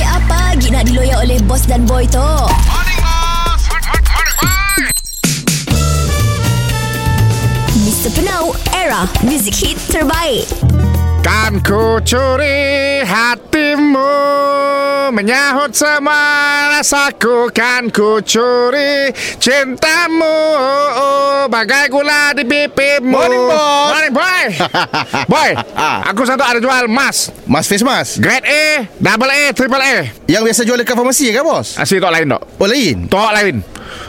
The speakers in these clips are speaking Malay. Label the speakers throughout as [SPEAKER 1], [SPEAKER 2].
[SPEAKER 1] lagi nak diloyak oleh bos dan boy tu? Mr. Penau, era music hit terbaik.
[SPEAKER 2] Kan ku curi hatimu Menyahut semua rasaku Kan ku curi cintamu oh, oh, Bagai gula di pipimu
[SPEAKER 3] Morning, Ah. boss.
[SPEAKER 2] Morning boy Boy Aku satu ada jual emas
[SPEAKER 3] Mas Face Mas
[SPEAKER 2] Grade A Double A Triple A
[SPEAKER 3] Yang biasa jual dekat farmasi ke bos?
[SPEAKER 2] Asyik tok lain tok
[SPEAKER 3] Oh lain
[SPEAKER 2] Tok lain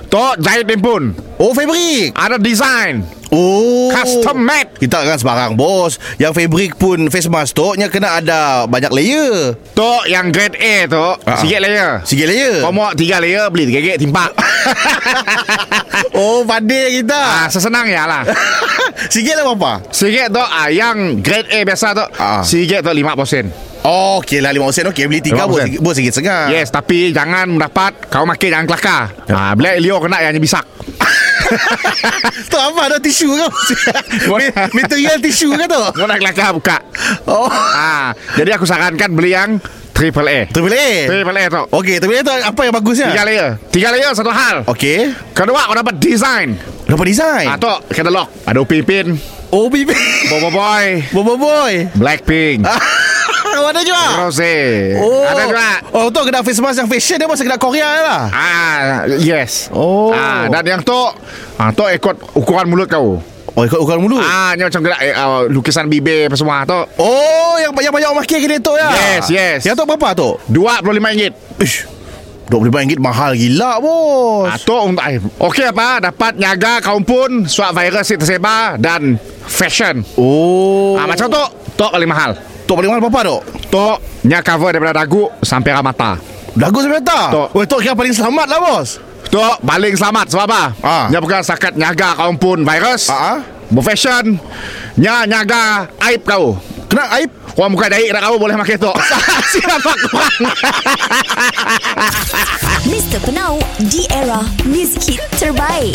[SPEAKER 2] Tok jahit timpun
[SPEAKER 3] Oh fabric
[SPEAKER 2] Ada design
[SPEAKER 3] Oh
[SPEAKER 2] Custom made
[SPEAKER 3] Kita kan sebarang bos Yang fabric pun face mask tu Nya kena ada banyak layer
[SPEAKER 2] Tok yang grade A tu
[SPEAKER 3] Ah.
[SPEAKER 2] Sikit layer
[SPEAKER 3] Sikit layer
[SPEAKER 2] Komok tiga layer Beli tiga gig timpak
[SPEAKER 3] Oh
[SPEAKER 2] Ah,
[SPEAKER 3] pandai kita
[SPEAKER 2] sesenang ya lah
[SPEAKER 3] Sikit lah berapa?
[SPEAKER 2] Sikit tu ah, Yang grade A biasa tu
[SPEAKER 3] Ah.
[SPEAKER 2] Sikit tu 5% sen.
[SPEAKER 3] Oh okey lah 5 sen Okey beli 3
[SPEAKER 2] Lima
[SPEAKER 3] bos,
[SPEAKER 2] sen.
[SPEAKER 3] sikit- bos sikit sengah
[SPEAKER 2] Yes tapi Jangan mendapat Kau makin jangan kelakar
[SPEAKER 3] Ya.
[SPEAKER 2] ah, Bila Leo kena yang bisak
[SPEAKER 3] Tu apa ada tisu ke Ma- Material tisu ke tu
[SPEAKER 2] Kau nak kelakar buka
[SPEAKER 3] Oh
[SPEAKER 2] ah, Jadi aku sarankan Beli yang Triple A
[SPEAKER 3] Terpilih layer
[SPEAKER 2] Triple A tu
[SPEAKER 3] Okey terpilih tu apa yang bagusnya
[SPEAKER 2] Tiga layer Tiga layer satu hal
[SPEAKER 3] Okey
[SPEAKER 2] Kedua kau dapat design
[SPEAKER 3] Dapat design
[SPEAKER 2] ah, Tu katalog Ada Upipin
[SPEAKER 3] Oh bibi
[SPEAKER 2] Bobo Boy
[SPEAKER 3] Bobo boy
[SPEAKER 2] Blackpink
[SPEAKER 3] Mana juga
[SPEAKER 2] Rose
[SPEAKER 3] Ah. Oh.
[SPEAKER 2] Ada juga
[SPEAKER 3] Oh, tu kedai face mask yang fashion dia masa kedai Korea lah.
[SPEAKER 2] Ah, yes.
[SPEAKER 3] Oh.
[SPEAKER 2] Ah, dan yang tu, ah tu ikut ukuran mulut kau.
[SPEAKER 3] Oh, ikut ukuran mulut.
[SPEAKER 2] Ah,
[SPEAKER 3] Ah.
[SPEAKER 2] ni macam gerak eh, ah, lukisan bibir apa semua tu.
[SPEAKER 3] Oh, yang yang banyak makin kedai tu ya.
[SPEAKER 2] Yes, yes.
[SPEAKER 3] Yang tu berapa tu?
[SPEAKER 2] RM25.
[SPEAKER 3] Ish. RM25 mahal gila bos.
[SPEAKER 2] Ah, tu untuk ai. Okey apa? Dapat nyaga kaum pun suap virus yang tersebar dan fashion.
[SPEAKER 3] Oh.
[SPEAKER 2] Ah, macam tu, tu paling mahal.
[SPEAKER 3] tu paling mahal berapa tu?
[SPEAKER 2] Tu nya cover daripada dagu sampai ke mata.
[SPEAKER 3] Dagu sebentar.
[SPEAKER 2] Tok.
[SPEAKER 3] Oh, tu kira paling selamat lah bos.
[SPEAKER 2] Tu paling selamat sebab apa?
[SPEAKER 3] Ah.
[SPEAKER 2] Nya bukan sakat nyaga kaum pun virus.
[SPEAKER 3] Ah, ah.
[SPEAKER 2] Berfashion. Nya nyaga aib kau.
[SPEAKER 3] Kena aib.
[SPEAKER 2] Orang bukan daik nak kau boleh pakai tu. Siapa kurang?
[SPEAKER 1] Mr. Penau, di era music hit terbaik.